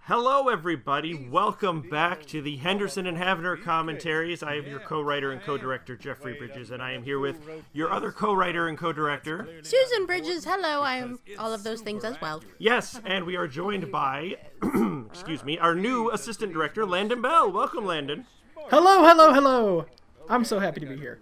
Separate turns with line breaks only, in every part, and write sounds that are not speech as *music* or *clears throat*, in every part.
Hello, everybody. Welcome back to the Henderson and Havner commentaries. I am your co writer and co director, Jeffrey Bridges, and I am here with your other co writer and co director.
Susan Bridges, hello. I am all of those things as well.
Yes, and we are joined by, *clears throat* excuse me, our new assistant director, Landon Bell. Welcome, Landon.
Hello, hello, hello. I'm so happy to be here.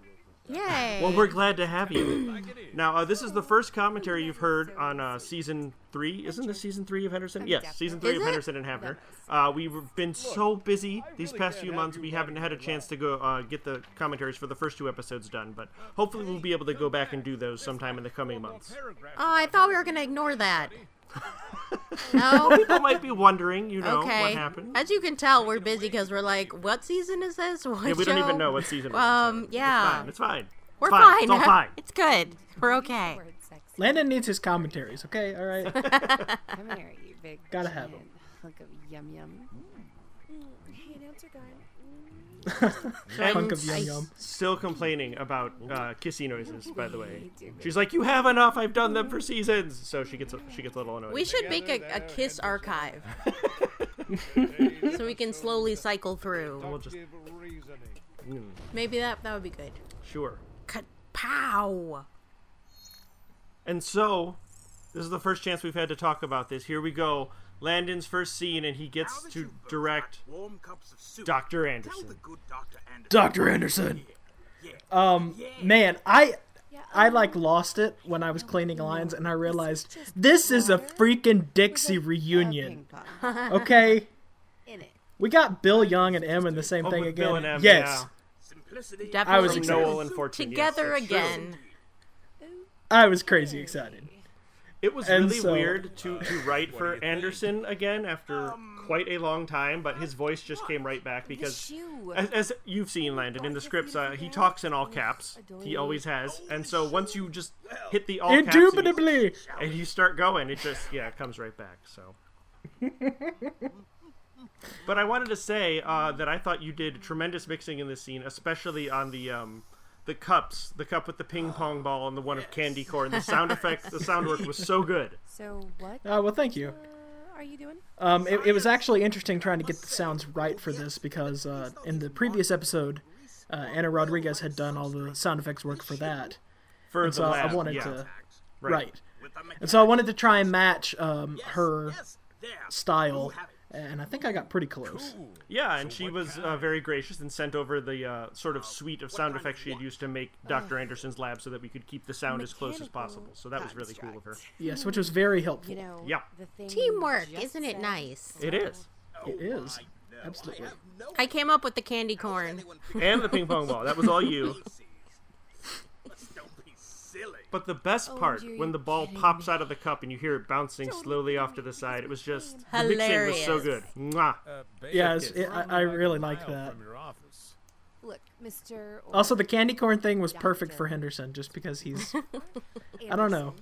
Yay.
*laughs* Well, we're glad to have you. Now, uh, this is the first commentary you've heard on uh, season three. Isn't this season three of Henderson? Yes, season three
Is
of
it?
Henderson and Havner. Uh, we've been so busy these past few months, we haven't had a chance to go uh, get the commentaries for the first two episodes done. But hopefully, we'll be able to go back and do those sometime in the coming months.
oh, I thought we were going to
*laughs*
ignore that. No?
People might be wondering, you know, what
*laughs* Okay.
happened.
As you can tell, we're busy because we're like, what season is this? *laughs* What
Yeah, we don't
show?
even know what season. it is, so
Um, yeah.
it's fine.
We're
It's fine. It's all fine.
*laughs* It's good. We're okay.
Landon needs his commentaries, okay?
*laughs*
All right.
Come here, you big.
Gotta have
*laughs* giant hunk of yum yum. Mm, Oh, Hey, announcer guy.
Hunk of yum yum.
Still complaining about uh, kissy noises, by the way. She's like, "You have enough. I've done them for seasons." So she gets she gets a little annoyed.
We should make a, a
*laughs*
kiss archive so we can slowly cycle through.
We'll just
Maybe that that would be good.
sure.
Pow!
And so, this is the first chance we've had to talk about this. Here we go. Landon's first scene, and he gets to direct
warm cups of soup.
Dr. Anderson.
good Dr. Anderson.
Dr. Anderson. Um, man, I I like lost it when I was cleaning lines and I realized this is a freaking Dixie reunion.
*laughs* Ping pong. Oh,
Okay?
In it.
We got Bill Young and Em in the same
Oh,
thing
with
again.
Bill and Em,
yes.
Simplicity.
Definitely
I was
together.
excited.
Noel and Fortune. yes,
together
that's true.
again.
I was crazy excited.
It was
And
really
so-
weird to, to
Uh,
write for Anderson again after
Um,
quite a long time, but his voice just came right back because,
shoe.
as, as you've seen, Landon, in the scripts, uh, he talks in all caps. He always has. And so once you just hit the all caps and,
Indubitably.
and you start going, it just, yeah, it comes right back. So.
*laughs*
but I wanted to say uh, that I thought you did tremendous mixing in this scene, especially on the. Um, the cups, the cup with the ping pong ball, and the one of candy corn. The sound effects, the sound work was so good.
So what
Uh, well, thank you.
are you doing?
Um, it, it was actually interesting trying to get the sounds right for this because uh, in the previous episode, uh, Anna Rodriguez had done all the sound effects work for that.
for
And
the
so I-
lab,
I wanted
yeah.
to.
Right.
Right. And so I wanted to try and match um, her style, and I think I got pretty close.
yeah and she was uh, very gracious and sent over the uh, sort of suite of sound effects she had used to make dr anderson's lab so that we could keep the sound as close as
Mechanical
possible so that was really cool of her
construct.
Yes, which was very helpful.
You know.
Yeah.
The thing you
Teamwork,
just
isn't it
said.
nice?
it is
It
Oh,
is. Absolutely.
*laughs*
I came up with the candy corn.
and the ping pong ball that was all
*laughs*
you
Don't be silly.
but the best part
dear,
when the
you're
ball
kidding
pops out of the cup and you hear it bouncing slowly off to the side it was just the mixing was so
Hilarious.
good Mwah.
Yes, it, I, I really like that.
Look, Mr. or
Also, *laughs* the candy corn thing was perfect for Henderson just because he's I don't know.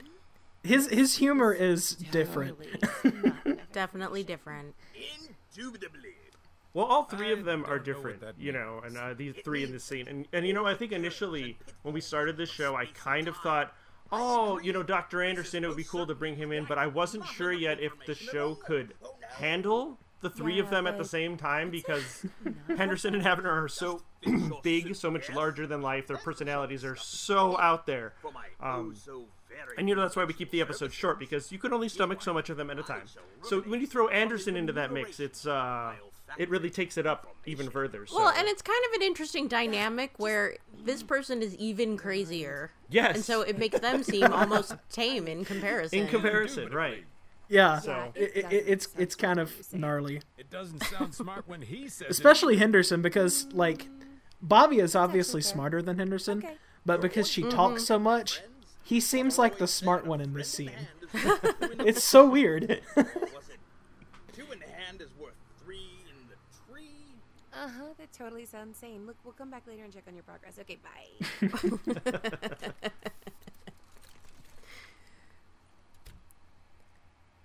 His his humor is different.
Anderson, not gonna-
Definitely different.
Indubitably.
Well, all three of them are
don't know what
different,
that
you know, and uh, these three in this scene. And, and, you know, I think initially when we started this show, I kind of thought, oh, you know, Dr. Anderson, it would be cool to bring him in, but I wasn't sure yet if the show could
Oh,
handle the three of
Yeah,
them at the
like-
same time because Henderson and Havner are so Oh, *clears throat* big, so much larger than life. Their personalities are so out there.
For my
Um,
oh so very
and you know that's why we keep the episodes short because you can only stomach so much of them at a time. So when you throw Anderson into that mix, it's uh, it really takes it up even further. So.
Well, and it's kind of an interesting dynamic where this person is even crazier.
yes,
And so it makes them seem
*laughs*
almost tame in comparison.
in comparison, right?
Yeah,
So-
it, it, it- it's it's kind of gnarly,
It doesn't sound smart when he says
especially Henderson because like Bobby is obviously
fair.
smarter than Henderson,
Okay.
but because she talks so much, he seems like the smart one in this scene. It's so weird. *laughs*
Was it two in the hand
*laughs*
is worth three in the tree?
Uh huh. That totally sounds sane. Look, we'll come back later and check on your progress. Okay,
*laughs*
bye.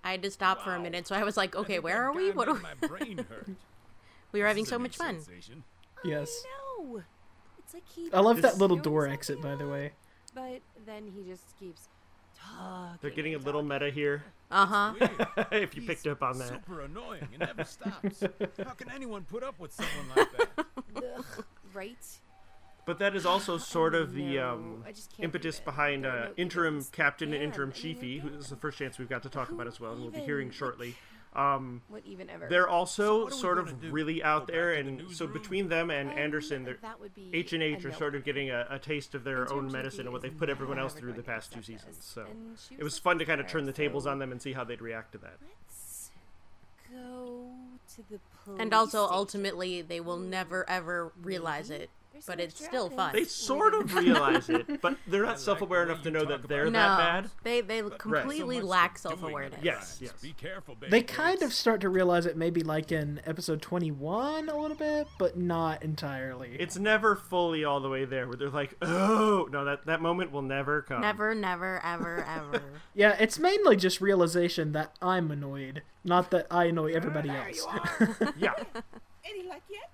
I had to stop for a minute, so I was like, okay, where are we? What are we?
My
*laughs*
brain hurt.
we were having
This is a
so
new
much fun.
sensation.
yes,
No, it's like he.
I love
This-
that little
knows
door
something
exit by the
else,
way.
But then he just keeps
They're getting a little meta here.
Uh
Uh-huh.
huh.
*laughs* if you picked up on that.
Super annoying
*laughs*
and never stops. How can anyone put up with someone like that?
Right?
But that is also sort of the
No,
um,
I just can't do
impetus
it.
behind
No, no,
uh,
you
interim
don't
captain and
stand.
interim
I mean, you
chiefy, who is the first chance we've got to talk about as well, and we'll be
even-
hearing shortly. Um,
What even ever?
they're also
what are we
sort
gonna
of
do?
really out
Go
there,
back to the
and so
newsroom?
between them and
Um,
Anderson, they're
that would be
H and H
a
are
no.
sort of getting a, a taste of their
Interim
own
chiefy
medicine and what
is
they've put everyone else
never
through the
going to
past two
accept
seasons.
us,
So
and she
it was
like
fun to kind of
there,
turn the tables
so
on them and see how they'd react to that.
let's Go to the police.
And also,
station.
ultimately, they will never ever realize it,
There's so
but
much
it's still
dragons.
fun.
They sort of realize it, but they're not
the
self-aware
way
enough to
you
know
talk
that
about
they're
no,
that bad.
they they *laughs* completely
So much for doing
lack
it
self awareness.
right.
Yes, yes.
Be careful, baby.
They kind of start to realize it maybe like in episode 21 a little bit, but not entirely.
It's never fully all the way there where they're like, oh, no, that, that moment will never come.
Never, never, ever, ever.
*laughs*
yeah, it's mainly just realization that I'm annoyed, not that I annoy everybody else.
Yeah.
Any luck yet?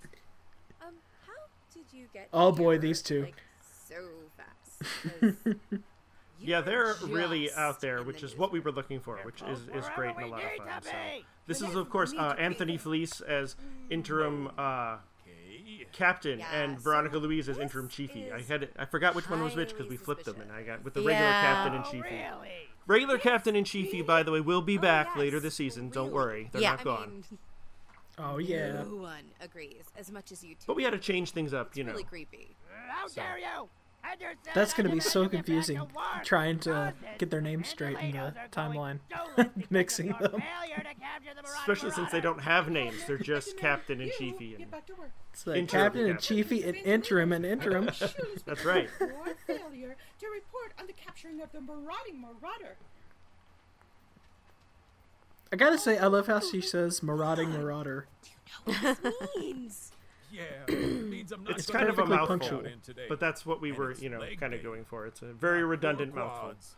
Um, how did you get?
Oh, boy,
here,
these two.
Like, so
*laughs*
fast. 'Cause you
Yeah,
were
they're
just
really out there,
in the
which is what we
newsroom.
were looking for, which is, is great and a lot of fun. So. This
Whenever
is, of course,
we
uh,
need to be
Anthony
there.
Felice as interim uh,
Okay.
captain
Yeah,
and
so
Veronica Louise as interim
this
chiefy. I
is
had it, I forgot which one was which because
highly
we flipped them, and I
suspicious. Oh,
got with the regular
Yeah.
captain and chiefy. Regular captain and chiefy, by the way, will be back
yes,
later this season. Don't
really.
worry, they're
Yeah.
not
I
gone.
mean,
*laughs* Oh, yeah.
no one agrees as much as you two.
but we had to change things up,
it's
you know.
really creepy.
How dare you? Understand
That's
I
gonna be
demand
so *laughs*
you get back
confusing,
work.
trying to
Roses
get their names
and
straight in the
tomatoes are going
timeline. *laughs*
soulless because of
Mixing
your
them.
failure to capture the Mirage
Especially since they
Marauder.
don't have names;
*laughs*
they're just
Demand
captain and
you
chiefy.
Get
And
back to work.
It's like
Interim
captain and
captain.
chiefy and interim and interim.
Surely
That's
because
right.
of Your failure to report on the capturing of the marauding marauder.
I gotta say, I love how she says marauding marauder.
This means
Yeah. means I'm not
it's
gonna
kind of a
be
perfectly
mouthful,
caught
punctual.
in today.
but that's what we
And
were,
it's
you know,
leg
kind
day.
of going for. It's a very redundant mouthful.
Quads.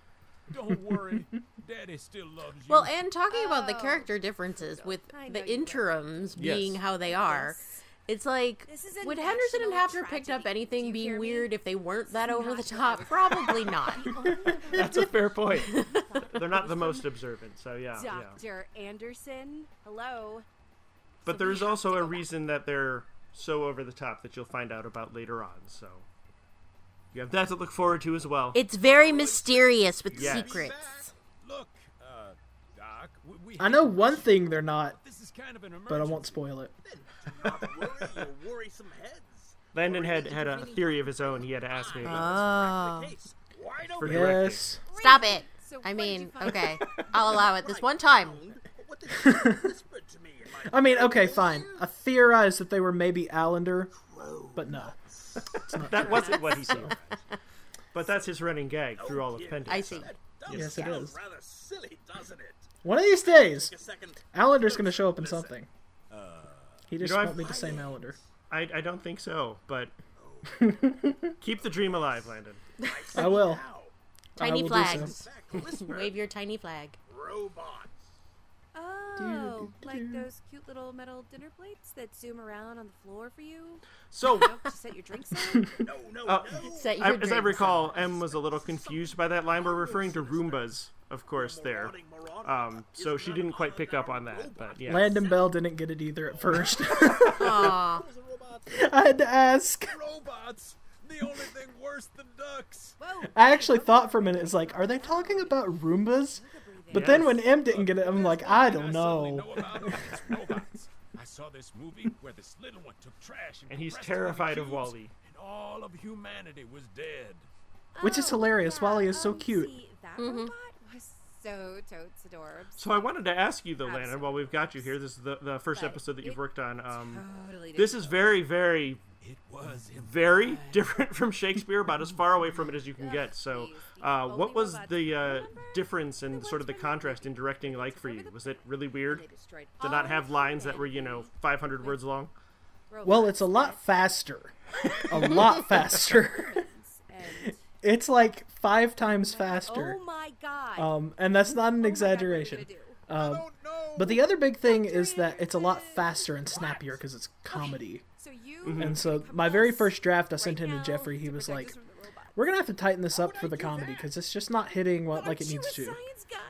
Don't worry,
*laughs*
Daddy still loves you.
well, and talking about the
Oh.
character differences with
I know
the
you will.
interims
Yes.
being how they are.
Yes.
It's like,
This is a
would Henderson and
national
Hafner picked up
tragedy. Do
anything
you hear
being
me?
weird if they weren't that over the
national
top?
tragedy.
Probably not.
*laughs*
That's a fair point. They're not the most observant, so
*laughs*
yeah, yeah.
Dr. Anderson, hello.
But
So
there
we
is
have
also
to
a
go back.
reason that they're so over the top that you'll find out about later on. So you have that to look forward to as well.
It's very mysterious with
Yes.
Back.
secrets.
Look, uh, Doc. We, we
*laughs* I know
have-
one thing they're not,
This is kind of an emergency.
but I won't spoil it.
*laughs*
Not worry, you'll worry some heads.
Landon had had a theory of his own. He had to ask me about
Uh.
Oh.
The case wide
for
open.
directing.
Yes.
Stop it.
So
I
what did you
mean,
find? *laughs*
okay, I'll allow it this
I
one time.
found What the sheriff whispered to me in my
*laughs* I mean, okay, fine. I theorized that they were maybe Allender,
robe.
but no.
That wasn't what he said.
*laughs*
But that's his running gag
Oh,
through all of Pendant.
I see.
Does
Yes, it
sound
is.
rather silly, doesn't it?
One of these days,
A second.
Allender's gonna show up in
Listen,
something. He just
know, I've-
won't be the same Allender.
I, I don't think so, but
Oh.
*laughs* keep the dream alive, Landon.
I will.
Now,
I
Tiny
will do
flags.
so.
back whisper
Wave your tiny flag.
robots.
Oh, like those cute little metal dinner plates that zoom around on the floor for you?
So,
You know, to set
*laughs*
your drinks on?
No, Oh, no,
Uh,
no.
Set your
I, as I
drinks.
recall, M was a little confused by that line. We're referring to Roombas, of course, there. Um, so she didn't quite pick up on that, but yeah.
Landon Bell didn't get it either at first.
Aw.
Robots,
*laughs* I had to ask.
robots. The only thing worse than ducks.
Whoa,
I actually thought for a minute, it's like, are they talking about Roombas? But then when M didn't get it, I'm like, I don't
suddenly
know.
about it. It's robots. I saw this movie where this little one took trash and,
And he's
compressed it
terrified
into
of
cubes,
Wall-E.
And all of humanity was dead.
Which is
Oh,
hilarious.
yeah,
Wally is so
um,
cute.
See, that robot was so totes adorbs.
So I wanted to ask you though, Landon, while we've got you here, this is the, the first
But
episode that you've
it-
worked on. Um,
Totally
this is very, very,
It was him.
very different from Shakespeare, about as far away from it as you can get. So, uh, what was the uh, difference and sort of the contrast in directing like for you? Was it really weird
They destroyed
to not have lines that were, you know, 500 words long?
Well, it's a lot faster. *laughs* A lot faster. *laughs* It's like five times faster.
oh my god.
Um, and that's not an exaggeration.
I don't know.
But the other big thing is that it's a lot faster and snappier because it's comedy.
So you
Mm-hmm.
And so my very first draft I sent in to Jeffrey, he was like, We're gonna have to tighten this up for the comedy because it's just not hitting what like it needs to.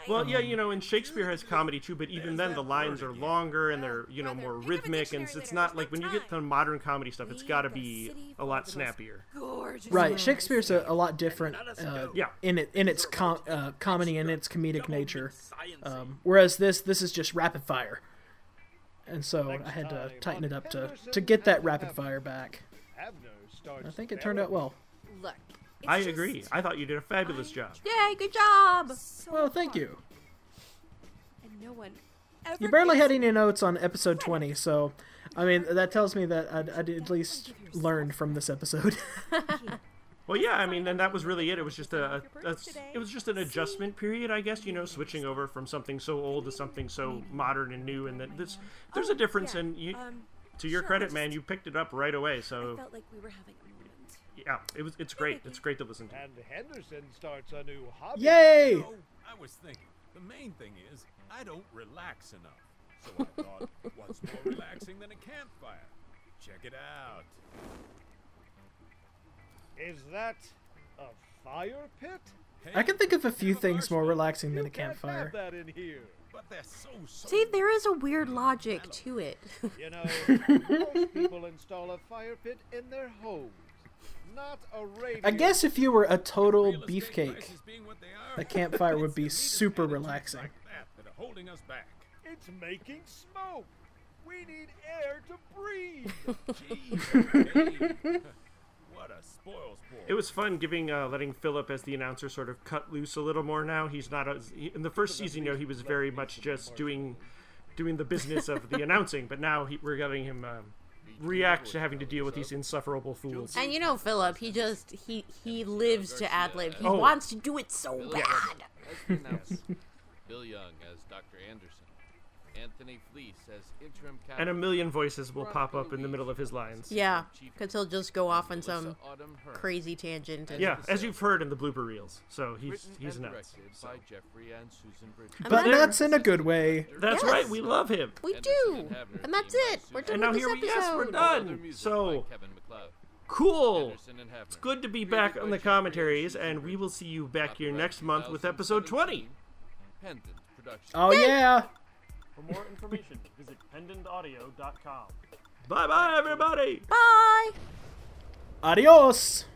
Well, yeah, you know, and Shakespeare has comedy too, but even then the lines are longer and they're, you know, more rhythmic and it's not like when you get to modern comedy stuff, it's got to be a lot snappier.
Gorgeous.
Right, Shakespeare's a, a lot different uh,
Yeah.
in it in its com- uh, comedy and its comedic nature, um, whereas this this is just rapid fire, and so I had to tighten it up to to get that rapid fire back. I think it turned out well.
Look.
It's
I
just
agree. I thought you did a fabulous job.
Yay, good job.
so
Well, thank
fun,
you.
And no one ever
You barely
gets
had any notes on episode 20, so I mean that tells me that I, I did at least learned from this episode. *laughs*
Well, yeah, I mean, and that was really it. It was just a, a, a- it was just an adjustment period, I guess. You know, switching over from something so old to something so modern and new, and that this there's a difference.
yeah,
And you,
um,
to your
sure, I
credit,
just-
man, you picked it up right away.
I
So
felt like we were having a moment.
yeah, it was it's great. It's great to listen to.
And Henderson starts a new hobby.
Yay!
Oh, I was thinking. The main thing is I don't relax enough. So I thought, what's more relaxing than a campfire? Check it out.
Is that a fire pit?
Hey,
I can think of a few
have
things more
marshmallow,
relaxing than
You
a
can't have
campfire.
that in here.
But they're so so.
See, there is a weird logic to it.
You know, most people install a fire pit in their homes, not a radio.
I guess if you were a total
Real estate
beefcake,
prices being what they are,
a campfire would
it's
be
the leaders'
super
attitudes
relaxing.
Like that that are holding us back.
it's making smoke. We need air to breathe.
Jeez, Dave. what a spoils
It was fun giving uh, letting Philip as the announcer sort of cut loose a little more now. He's not as he, in the first season, you know, he was very much just doing doing the business of the announcing, but now he, we're getting him. Um, react to having to deal with these insufferable fools.
And you know, Philip, he just he he lives to ad lib. He
Oh.
wants to do it so bad.
Let's
*laughs*
pronounce Bill Young as Dr. Anderson, Anthony Fleece as interim captain,
And a million voices will pop up in the middle of his lines.
Yeah, because he'll just go off on
Melissa
some
Autumn Hearn,
crazy tangent. And
Yeah, as you've heard in the blooper reels. So he's
written
he's
and
nuts.
directed
so.
by Jeffrey and Susan Bridges.
I'm
But
not-
that's in a good way.
That's
Yes.
right, we love him.
we
Anderson
do,
and Havner
and that's
being
it. We're
Susan
done
And
with
now
this
here we- yes, we're
episode.
done.
Other music
So-
by Kevin MacLeod.
Cool.
Anderson and Havner.
It's good to be
Created
back
by
on
Jeffrey
the
and
commentaries,
Susan
and we will see
uh,
you back here
Copyright
next month with episode 20.
2017. Pendant Productions.
Oh yeah.
For more information, visit pendantaudio.com.
Bye bye, everybody.
Bye.
Adios.